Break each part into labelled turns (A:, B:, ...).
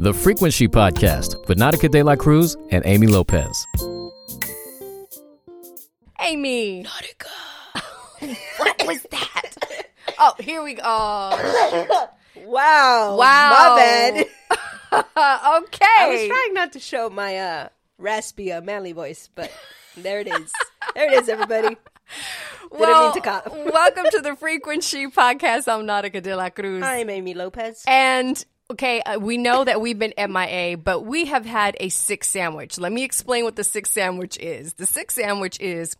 A: The Frequency Podcast with Nautica De La Cruz and Amy Lopez.
B: Amy. what was that? Oh, here we go. Oh,
C: Wow.
B: Wow.
C: My bad.
B: okay.
C: I was trying not to show my uh, raspy, uh, manly voice, but there it is. there it is, everybody.
B: well,
C: to cough.
B: welcome to the Frequency Podcast. I'm Nautica de la Cruz.
C: I'm Amy Lopez.
B: And okay, uh, we know that we've been MIA, but we have had a sick sandwich. Let me explain what the sick sandwich is. The sick sandwich is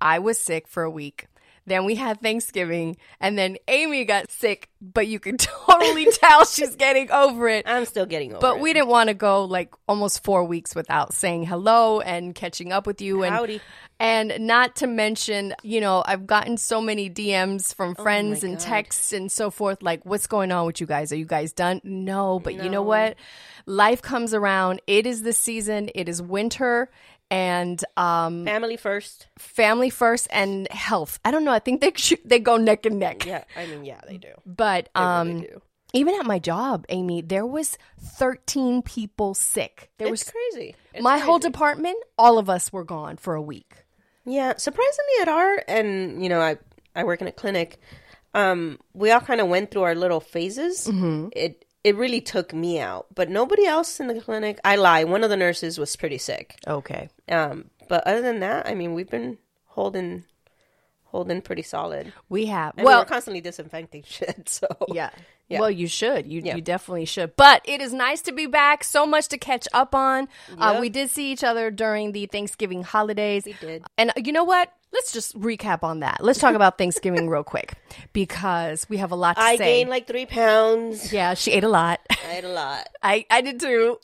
B: I was sick for a week. Then we had Thanksgiving, and then Amy got sick, but you can totally tell she's getting over it.
C: I'm still getting over
B: But
C: it.
B: we didn't want to go like almost four weeks without saying hello and catching up with you and
C: Howdy.
B: and not to mention, you know, I've gotten so many DMs
C: Oh
B: from friends and texts and so forth, like, what's going on with you guys? Are you guys done? No, but you know what? Life comes around. It is the season, it is winter. And um,
C: Family first.
B: family first, and health. I don't know. I think they should, they go neck and neck.
C: Yeah, I mean, yeah, they do.
B: But um,
C: They do.
B: even at my job, Amy, there was 13 people sick. There was
C: It's crazy. It's
B: my whole
C: crazy.
B: department, all of us were gone for a week.
C: Yeah, surprisingly at our and you know I I work in a clinic. Um, we all kind of went through our little phases.
B: Mm-hmm.
C: It it really took me out, but nobody else in the clinic. I lie. One of the nurses was pretty sick.
B: Okay.
C: Um, but other than that, I mean, we've been holding holding pretty solid.
B: We have.
C: And
B: well,
C: we're constantly disinfecting shit. So
B: yeah.
C: Yeah.
B: Well, you should. You,
C: Yeah.
B: you definitely should. But it is nice to be back. So much to catch up on. Uh, we did see each other during the Thanksgiving holidays. We
C: did.
B: And uh, you know what? Let's just recap on that. Let's talk about Thanksgiving real quick because we have a lot to
C: I
B: say.
C: gained like three pounds.
B: yeah, she ate a lot.
C: I ate a lot.
B: I, I did too.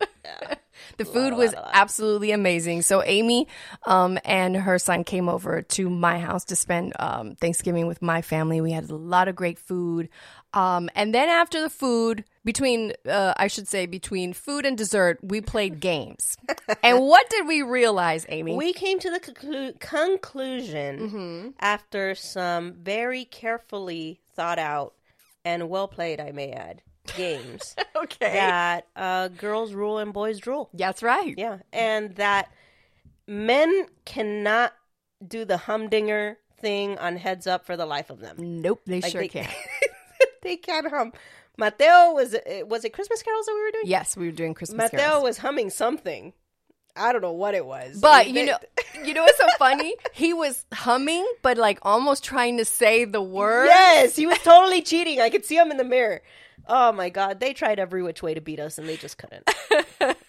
B: the food was absolutely amazing. So Amy um, and her son came over to my house to spend um, Thanksgiving with my family. We had a lot of great food. Um, and then after the food, between uh, I should say between food and dessert, we played games. and what did we realize, Amy?
C: We came to the conclu- conclusion
B: Mm-hmm.
C: after some very carefully thought out and well played, I may add, games
B: okay,
C: that uh, girls rule and boys drool.
B: that's right.
C: Yeah, and that men cannot do the humdinger thing on heads up for the life of them.
B: Nope, they sure
C: they-
B: can't.
C: They can't hum. Mateo was it was it Christmas carols that we were doing?
B: yes, we were doing Christmas.
C: Mateo
B: carols.
C: was humming something. I don't know what it was.
B: But
C: They-
B: you know, you know what's so funny? He was humming, but like almost trying to say the word.
C: Yes, he was totally cheating. I could see him in the mirror. Oh my god, they tried every which way to beat us and they just couldn't.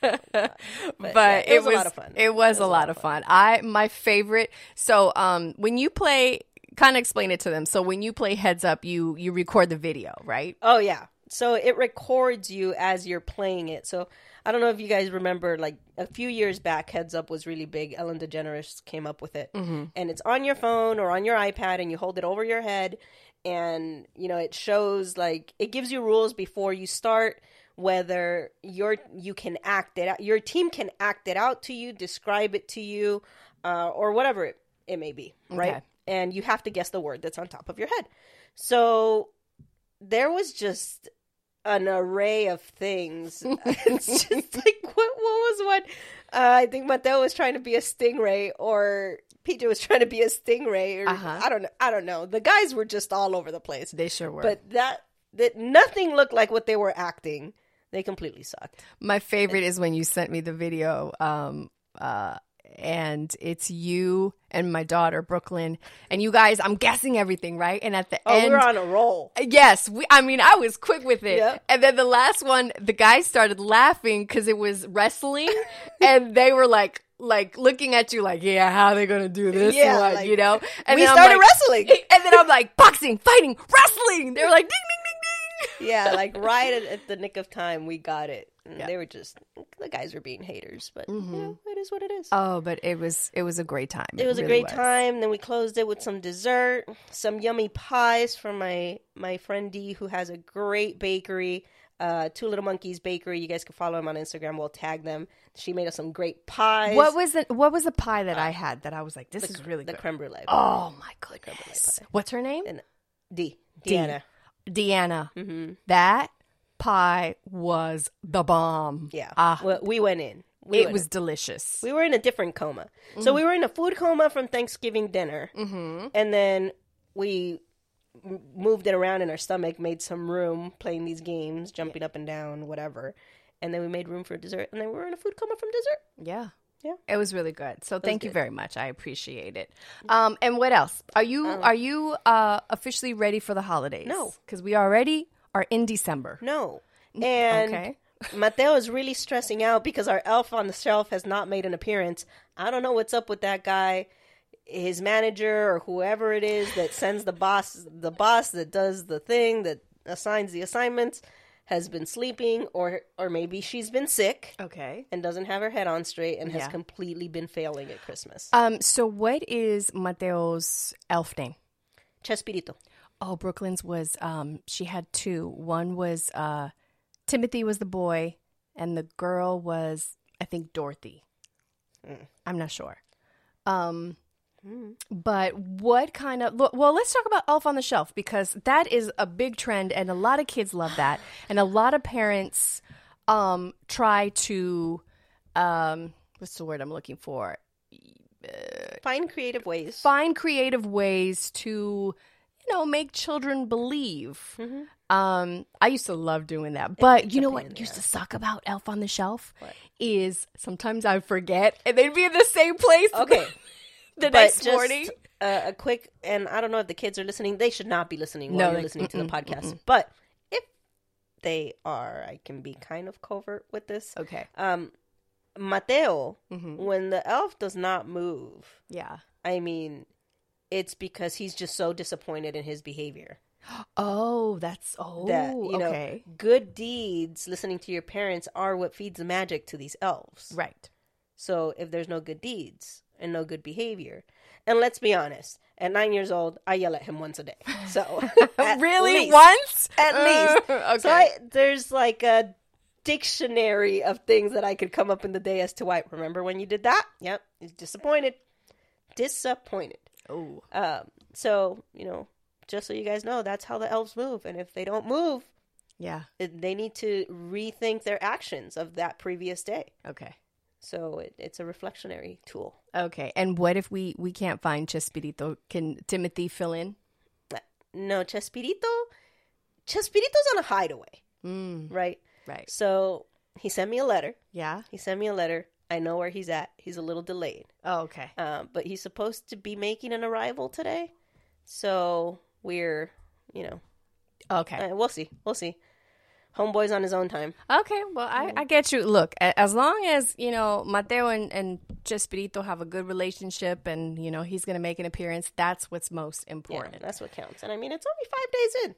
B: but
C: yeah,
B: it, was a lot of fun. It was a lot of fun. I my favorite. So um, when you play, kind of explain it to them. So when you play heads up, you you record the video, right?
C: Oh yeah. So it records you as you're playing it. So I don't know if you guys remember, like a few years back, Heads Up was really big. Ellen DeGeneres came up with it, and it's on your phone or on your iPad, and you hold it over your head, and you know it shows like it gives you rules before you start, whether your you can act it out, your team can act it out to you, describe it to you, uh, or whatever it, it may be, right?
B: Okay.
C: And you have to guess the word that's on top of your head. So there was just an array of things. it's just like what what was one? Uh, I think Mateo was trying to be a stingray, or PJ was trying to be a stingray, or
B: Uh-huh.
C: I don't know. I don't know. The guys were just all over the place,
B: They sure were.
C: but that that nothing looked like what they were acting. They completely sucked.
B: My favorite is when you sent me the video, um, uh, and it's you and my daughter Brooklyn, and you guys. I'm guessing everything right, and at the
C: Oh, we
B: end,
C: were on a roll.
B: Yes, we, I mean, I was quick with it.
C: Yeah.
B: And then the last one, the guys started laughing because it was wrestling, and they were like, like looking at you, like, yeah, how are they gonna do this?
C: Yeah,
B: one,
C: like-
B: you know. And
C: we
B: then I'm
C: started
B: like-
C: wrestling.
B: And then I'm like, boxing, fighting, wrestling. They were like, ding, ding, ding, ding.
C: yeah, like right at, at the nick of time, we got it. And
B: Yeah. Mm-hmm.
C: They were just the guys were being haters, but you know, it is what it is.
B: Oh, but it was it was a great time.
C: it was a
B: really
C: great time. Then we closed it with some dessert, some yummy pies from my my friend Dee, who has a great bakery, uh, Two Little Monkeys Bakery. You guys can follow him on Instagram. We'll tag them. She made us some great pies.
B: What was the what was the pie that I had that I was like, this is really
C: Uh, the
B: good.
C: creme brulee?
B: oh my goodness! What's her name?
C: Dee, Deanna.
B: Deanna.
C: Mm-hmm.
B: That pie was the bomb.
C: Yeah.
B: Ah,
C: Well, we went in. We
B: it
C: went
B: was delicious.
C: We were in a different coma. So we were in a food coma from Thanksgiving dinner. Mm-hmm. And then we m- moved it around in our stomach, made some room playing these games, jumping up and down, whatever. And then we made room for dessert. And then we were in a food coma from dessert.
B: Yeah.
C: Yeah.
B: It was really good. So thank you very much. I appreciate it. Um, and what else? Are you are you uh, officially ready for the holidays?
C: No.
B: because we already are in December.
C: No. And
B: Okay.
C: Mateo is really stressing out because our elf on the shelf has not made an appearance. I don't know what's up with that guy, his manager or whoever it is that sends the boss, the boss that does the thing that assigns the assignments has been sleeping or or maybe she's been sick
B: Okay.
C: and doesn't have her head on straight and has
B: Yeah.
C: completely been failing at Christmas.
B: Um, so what is Mateo's elf name?
C: Chespirito.
B: Oh, Brooklyn's was um, she had two. One was uh, Timothy was the boy, and the girl was I think Dorothy. I'm not sure. Um, but what kind of look? Well, let's talk about Elf on the Shelf because that is a big trend, and a lot of kids love that, and a lot of parents um, try to um, what's the word I'm looking for? uh,
C: Find creative ways.
B: find creative ways to you know make children believe
C: Mm-hmm.
B: um i used to love doing that but you know what used to suck about elf on the shelf is sometimes i forget and they'd be in the same place
C: Okay.
B: the
C: but
B: next
C: just
B: morning
C: uh, a quick and I don't know if the kids are listening. They should not be listening
B: No,
C: while
B: they-
C: you're listening to the podcast. But if they are, I can be kind of covert with this.
B: okay
C: Um, Mateo,
B: Mhm.
C: when the elf does not move,
B: yeah
C: I mean, it's because he's just so disappointed in his behavior.
B: oh that's oh
C: That you know,
B: okay
C: good deeds, listening to your parents, are what feeds the magic to these elves.
B: right
C: So if there's no good deeds and no good behavior, and let's be honest, at nine years old, I yell at him once a day. So
B: Oh,
C: at
B: really
C: least-
B: once Uh,
C: at least.
B: okay
C: So I, there's like a dictionary of things that I could come up in the day as to why. Remember when you did that? Yep, he's disappointed, disappointed.
B: oh
C: Um, so you know, just so you guys know, that's how the elves move, and if they don't move,
B: yeah
C: it- they need to rethink their actions of that previous day.
B: okay
C: So it, it's a reflectionary tool.
B: okay and what if we we can't find chespirito can timothy fill in
C: No, Chespirito. Chespirito's on a hideaway,
B: mm,
C: right?
B: right
C: So he sent me a letter.
B: yeah
C: He sent me a letter. I know where he's at. He's a little delayed,
B: Oh, okay.
C: um, but he's supposed to be making an arrival today. So we're, you know,
B: Okay.
C: uh, we'll see. We'll see. Homeboy's on his own time.
B: Okay. Well, I, I get you. Look, a- as long as, you know, Mateo and, and Chespirito have a good relationship and, you know, he's going to make an appearance, that's what's most
C: Yeah,
B: important. Yeah,
C: that's what counts. And I mean, it's only five days in.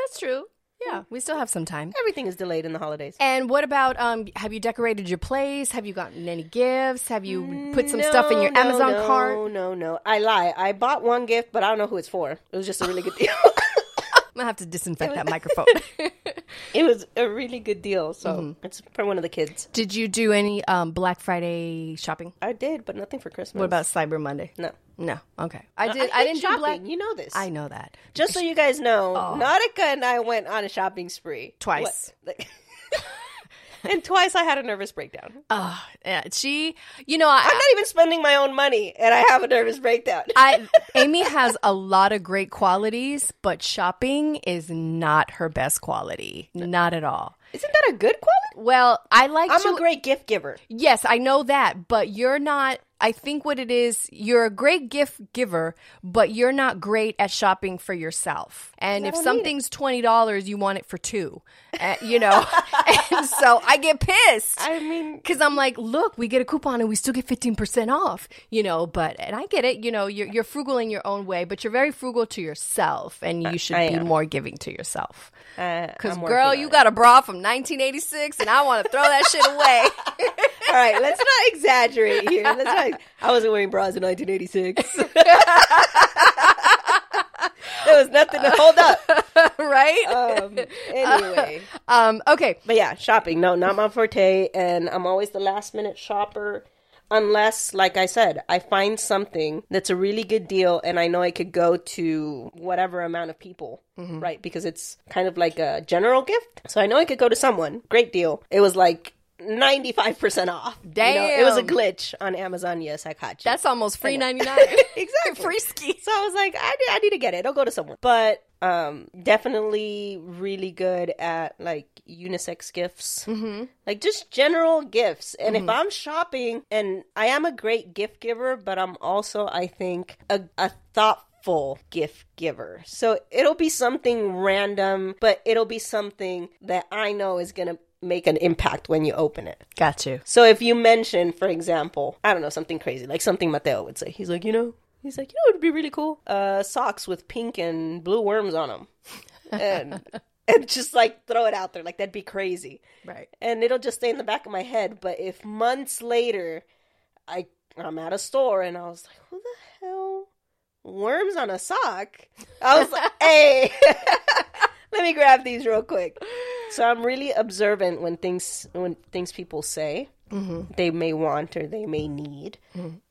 B: that's true. Yeah. We still have some time.
C: Everything is delayed in the holidays.
B: And what about um have you decorated your place? Have you gotten any gifts? Have you put some stuff in your
C: No, no,
B: Amazon
C: no,
B: cart?
C: No, no, I lie. I bought one gift, but I don't know who it's for. It was just a really good deal.
B: I'm going to have to disinfect that microphone.
C: it was a really good deal. So
B: Mm-hmm.
C: it's for one of the kids.
B: Did you do any um Black Friday shopping?
C: I did, but nothing for Christmas.
B: What about Cyber Monday?
C: no? Uh,
B: No. Okay. I did
C: hate
B: I, didn't
C: shopping.
B: do Black
C: You know this.
B: I know that.
C: Just so you guys know, Nautica and I went on a shopping spree
B: Twice.
C: What- and twice I had a nervous breakdown.
B: Oh, yeah. She, you know,
C: I'm
B: I,
C: not even spending my own money, and I have a nervous breakdown.
B: I Amy has a lot of great qualities, but shopping is not her best quality. Not at all.
C: Isn't that a good quality?
B: Well, I like
C: I'm
B: to
C: a great gift giver.
B: Yes, I know that, but you're not I think what it is, you're a great gift giver, but you're not great at shopping for yourself. And if something's $20, you want it for 2. Uh, you know. and so I get pissed.
C: I mean,
B: Because I'm like, look, we get a coupon and we still get 15% off, you know, but, and I get it, you know, you're, you're frugal in your own way, but you're very frugal to yourself and you should
C: I
B: be
C: am.
B: more giving to yourself. Because,
C: because
B: Uh, girl, you got a bra from 1986 and I want to throw that shit away.
C: All right, let's not exaggerate here. Let's not, I wasn't wearing bras in 1986. there was nothing to hold up.
B: right?
C: Um, anyway,
B: um, okay.
C: but yeah, shopping. No, not my forte. And I'm always the last minute shopper. unless like i said i find something that's a really good deal and i know i could go to whatever amount of people
B: Mm-hmm.
C: right because it's kind of like a general gift so i know i could go to someone great deal it was like 95% off it was a
B: Damn.
C: glitch on amazon yes i caught you
B: That's almost free ninety nine.
C: Exactly.
B: free ski.
C: so I was like, I need, I need to get it. I'll go to someone. But um, definitely really good at like unisex gifts, mm-hmm. like just general gifts. And if I'm shopping, and I am a great gift giver, but I'm also, I think, a, a thoughtful gift giver. So it'll be something random, but it'll be something that I know is gonna make an impact when you open it.
B: Got you.
C: So if you mention, for example, I don't know, something crazy, like something Mateo would say, he's like, you know, he's like, you know, it'd be really cool, uh, socks with pink and blue worms on them, and and just like throw it out there, like that'd be crazy,
B: Right.
C: and it'll just stay in the back of my head. But if months later, I I'm at a store and I was like, who the hell worms on a sock? I was like, hey, let me grab these real quick. So I'm really observant when things when things people say they may want or they may need,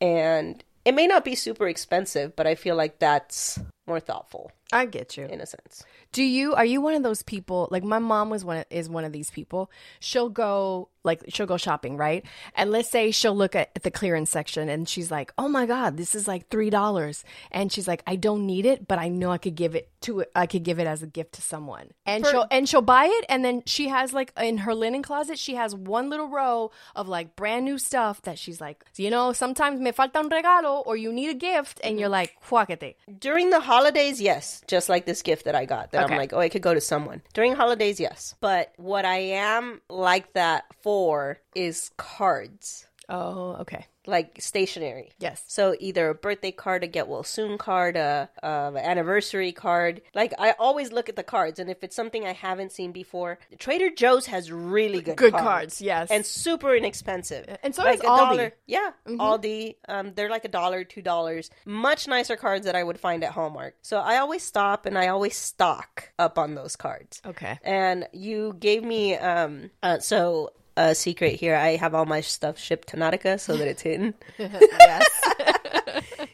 C: and it may not be super expensive, but I feel like that's more thoughtful
B: I get you.
C: in a sense.
B: Do you are you one of those people like my mom was one of, is one of these people. She'll go like she'll go shopping, right? And let's say she'll look at, at the clearance section and she's like, "Oh my god, this is like $3." And she's like, "I don't need it, but I know I could give it to I could give it as a gift to someone." And she'll and she'll buy it and then she has like in her linen closet, she has one little row of like brand new stuff that she's like, "You know, sometimes me falta un regalo or you need a gift." And you're like, "Cuáquete."
C: During the holidays, yes, just like this gift that I got that
B: Okay.
C: I'm like, oh, I could go to someone. During holidays, yes. But what I am like that for is cards,
B: Oh, okay.
C: like stationery.
B: Yes.
C: So either a birthday card, a get well soon card, a, a anniversary card. Like I always look at the cards, and if it's something I haven't seen before, Trader Joe's has really good
B: Good
C: cards,
B: cards, yes.
C: and super inexpensive.
B: And so
C: like
B: does Aldi. Mm-hmm.
C: dollar, yeah, Aldi. Um, they're like a dollar, two dollars. Much nicer cards that I would find at Hallmark. So I always stop and I always stock up on those cards
B: Okay.
C: and you gave me um uh, so a secret here i have all my stuff shipped to nautica so that it's hidden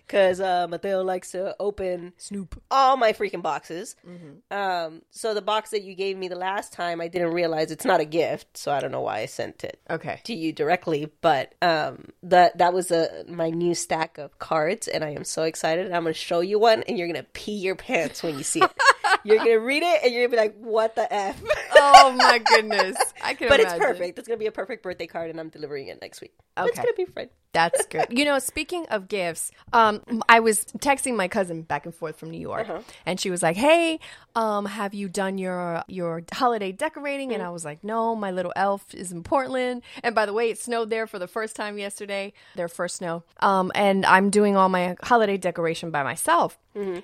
C: because uh, mateo likes to open
B: Snoop. Mm-hmm.
C: all my freaking boxes um so the box that you gave me the last time i didn't realize it's not a gift so i don't know why i sent it
B: Okay.
C: to you directly but um that that was a my new stack of cards and i am so excited i'm gonna show you one and you're gonna pee your pants when you see it you're gonna read it and you're gonna be like what the f
B: oh my goodness. I can
C: but
B: imagine.
C: it's perfect. It's gonna be a perfect birthday card, and I'm delivering it next week. But It's
B: Okay.
C: gonna be fun.
B: That's good. You know, speaking of gifts, um, I was texting my cousin back and forth from New York,
C: Uh-huh.
B: and she was like, "Hey, um, have you done your your holiday decorating?"
C: Mm-hmm.
B: And I was like, "No, my little elf is in Portland, and by the way, it snowed there for the first time yesterday, their first snow. Um, and I'm doing all my holiday decoration by myself."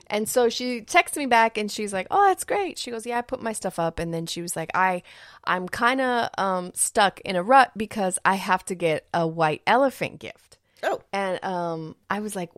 B: And so she texts me back, and she's like, "Oh, that's great." She goes, "Yeah, I put my stuff up," and then she was like, "I, I'm kind of um, stuck in a rut because I have to get a white elephant gift."
C: Oh,
B: and um i was like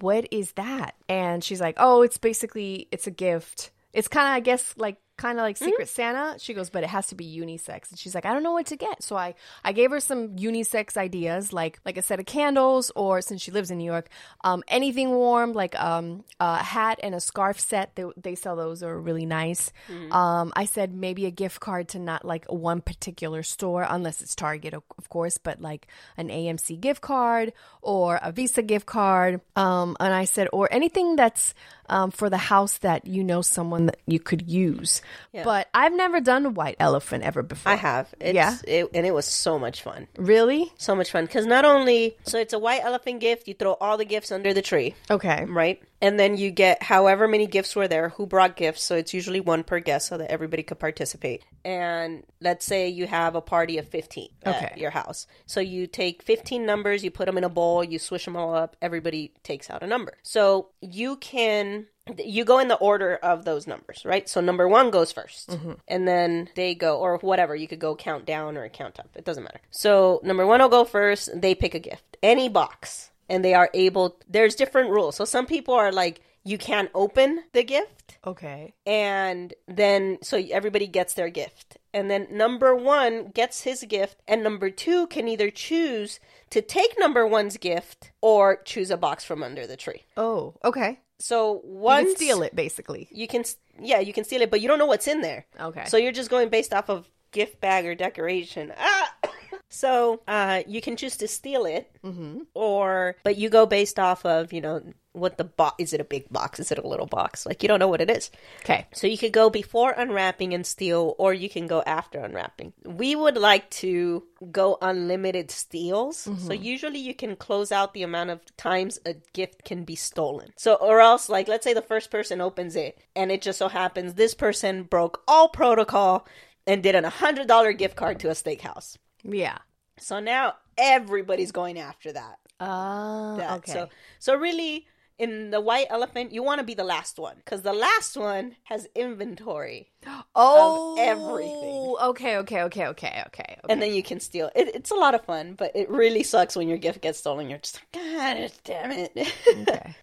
B: what is that and she's like oh it's basically it's a gift it's kind of i guess like kind of like secret santa she goes but it has to be unisex and she's like i don't know what to get so i i gave her some unisex ideas like like a set of candles or since she lives in new york um anything warm like um a hat and a scarf set they, they sell those are really nice
C: Mm-hmm.
B: um i said maybe a gift card to not like one particular store unless it's target of of course but like an amc gift card or a visa gift card um and i said or anything that's um, for the house that you know someone that you could use but i've never done a white elephant ever before
C: I have. It's,
B: Yeah.
C: it, and it was so much fun.
B: really
C: So much fun because not only so it's a white elephant gift. You throw all the gifts under the tree,
B: okay
C: right? And then you get however many gifts were there, who brought gifts. So it's usually one per guest, so that everybody could participate. And let's say you have a party of fifteen
B: Okay.
C: at your house. So you take fifteen numbers, you put them in a bowl, you swish them all up. Everybody takes out a number. So you can you go in the order of those numbers, right? So number one goes 1st and then they go, or whatever. You could go count down or count up. It doesn't matter. So number one will go first. They pick a gift, any box, and they are able. There's different rules. So some people are like, you can't open the gift
B: Okay.
C: and then so everybody gets their gift and then number one gets his gift and number two can either choose to take number one's gift or choose a box from under the tree
B: Oh, okay.
C: so
B: You
C: once
B: can steal it, basically.
C: you can s- yeah you can steal it but you don't know what's in there
B: Okay.
C: so you're just going based off of gift bag or decoration ah! so uh, you can choose to steal it
B: Mm-hmm.
C: or but you go based off of you know what the box is it a big box is it a little box like you don't know what it is
B: okay.
C: so you could go before unwrapping and steal, or you can go after unwrapping. We would like to go unlimited steals. So
B: Mm-hmm.
C: usually you can close out the amount of times a gift can be stolen. So, or else, like, let's say the first person opens it, and it just so happens this person broke all protocol and did an $100 gift card to a steakhouse.
B: Yeah.
C: So now everybody's going after that.
B: Oh,
C: that.
B: okay.
C: So, so really, in the white elephant, you want to be the last one because the last one has inventory.
B: oh,
C: everything.
B: Okay, okay, okay, okay, okay. okay.
C: and then you can steal. It, it's a lot of fun, but it really sucks when your gift gets stolen. You're just like, God damn it!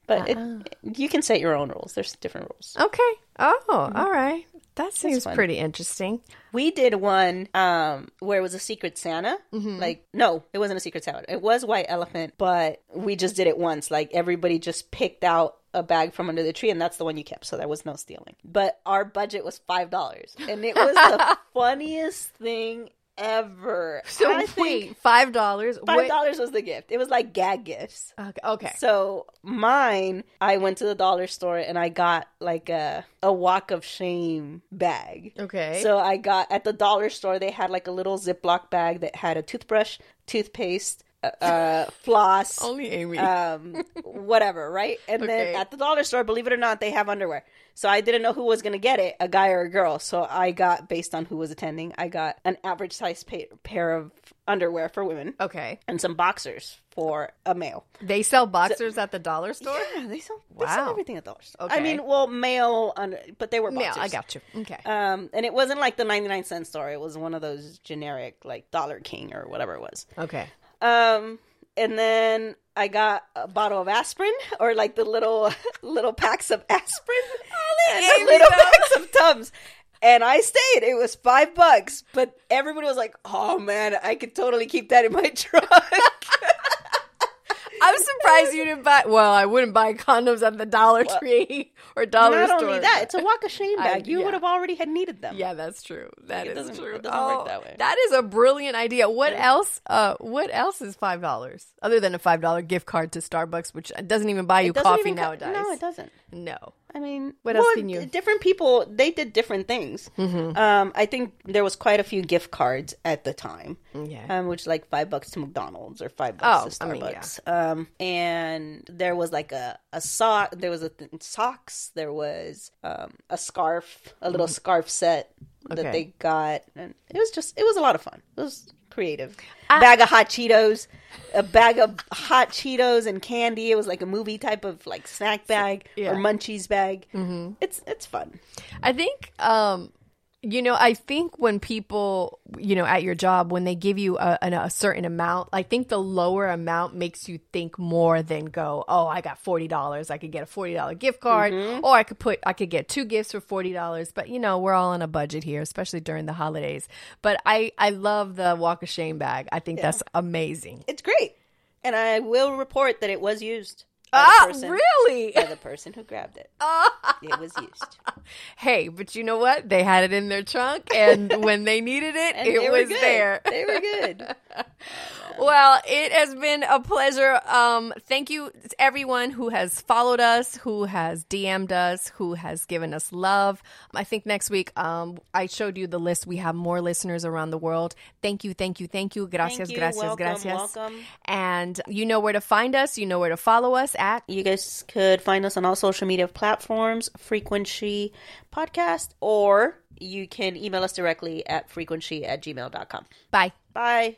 C: but it,
B: Uh-huh.
C: you can set your own rules. There's different rules.
B: okay. Oh, all right. That seems
C: Mm-hmm. fun.
B: pretty interesting.
C: We did one um, where it was a Secret Santa.
B: Mm-hmm.
C: Like, no, it wasn't a Secret Santa. It was White Elephant, but we just did it once. Like, everybody just picked out a bag from under the tree, and that's the one you kept. So there was no stealing. But our budget was five dollars, and it was the funniest thing ever.
B: So
C: I
B: wait,
C: think
B: five dollars.
C: five dollars was the gift. It was like gag gifts.
B: Okay. okay.
C: So mine, I went to the dollar store and I got like a a walk of shame bag.
B: okay.
C: So I got at the dollar store they had like a little Ziploc bag that had a toothbrush, toothpaste, uh, uh floss,
B: only Amy.
C: um whatever, right? And
B: Oh. Okay.
C: then at the dollar store, believe it or not, they have underwear. So I didn't know who was going to get it, a guy or a girl. So I got based on who was attending, I got an average size pa- pair of underwear for women
B: okay.
C: and some boxers for a male.
B: They sell boxers at the dollar store.
C: Yeah, they sell, they sell
B: Wow.
C: everything at dollar store.
B: Okay.
C: I mean, well, male, on, but they were boxers.
B: Yeah, I got you. Okay.
C: Um, and it wasn't like the 99 cent store. It was one of those generic, like Dollar King or whatever it was.
B: okay.
C: Um, and then I got a bottle of aspirin or like the little, little packs of aspirin and the little packs of Tums. And I stayed. It was five bucks, but everybody was like, "Oh man, I could totally keep that in my truck."
B: I'm surprised you didn't buy. Well, I wouldn't buy condoms at the Dollar Tree or Dollar
C: Not
B: Oh, Store.
C: only that, it's a walk of shame
B: I-
C: bag. you
B: yeah.
C: would have already had needed them.
B: Yeah, that's true. That is
C: doesn't-
B: true. Oh,
C: it doesn't work that way.
B: That is a brilliant idea. What else? Uh, what else is five dollars other than a five dollar gift card to Starbucks, which doesn't even buy you
C: Doesn't
B: coffee
C: even co-
B: nowadays?
C: No, it doesn't.
B: No.
C: I mean,
B: What
C: well,
B: else can you- Mm-hmm.
C: Different people they did different things. Um, I think there was quite a few gift cards at the time,
B: Okay.
C: um, which like five bucks to McDonald's or five bucks
B: Oh,
C: to
B: I mean, yeah.
C: Starbucks. Um, and there was like a a sock. There was a th- socks. There was um, a scarf, a little scarf set
B: Mm-hmm. Okay.
C: that they got, and it was just it was a lot of fun. It was creative. bag of hot Cheetos, a bag of hot Cheetos and candy. It was like a movie type of like snack bag
B: Yeah.
C: or munchies bag. Mm-hmm. It's it's fun.
B: I think, um, you know, I think when people, you know, at your job, when they give you a, an, a certain amount, I think the lower amount makes you think more than go, oh, I got forty dollars, I could get a forty dollar gift card,
C: Mm-hmm.
B: or I could put, I could get two gifts for forty dollars. But you know, we're all on a budget here, especially during the holidays. But I, I love the walk of shame bag. I think that's amazing.
C: It's great, and I will report that it was used. by the
B: Ah,
C: person-
B: really?
C: By the person who grabbed it. It was used.
B: hey, but you know what? They had it in their trunk, and when they needed it,
C: And they
B: it
C: were
B: was
C: good.
B: there.
C: They were good.
B: Well, it has been a pleasure. Um, thank you, to everyone who has followed us, who has DM'd us, who has given us love. I think next week, um, I showed you the list. We have more listeners around the world. Thank you, thank you, thank you. Gracias,
C: you.
B: gracias,
C: Welcome,
B: gracias.
C: welcome.
B: And you know where to find us. You know where to follow us at.
C: You guys could find us on all social media platforms, Frequency Podcast, or you can email us directly at frequency at gmail.com.
B: Bye.
C: Bye.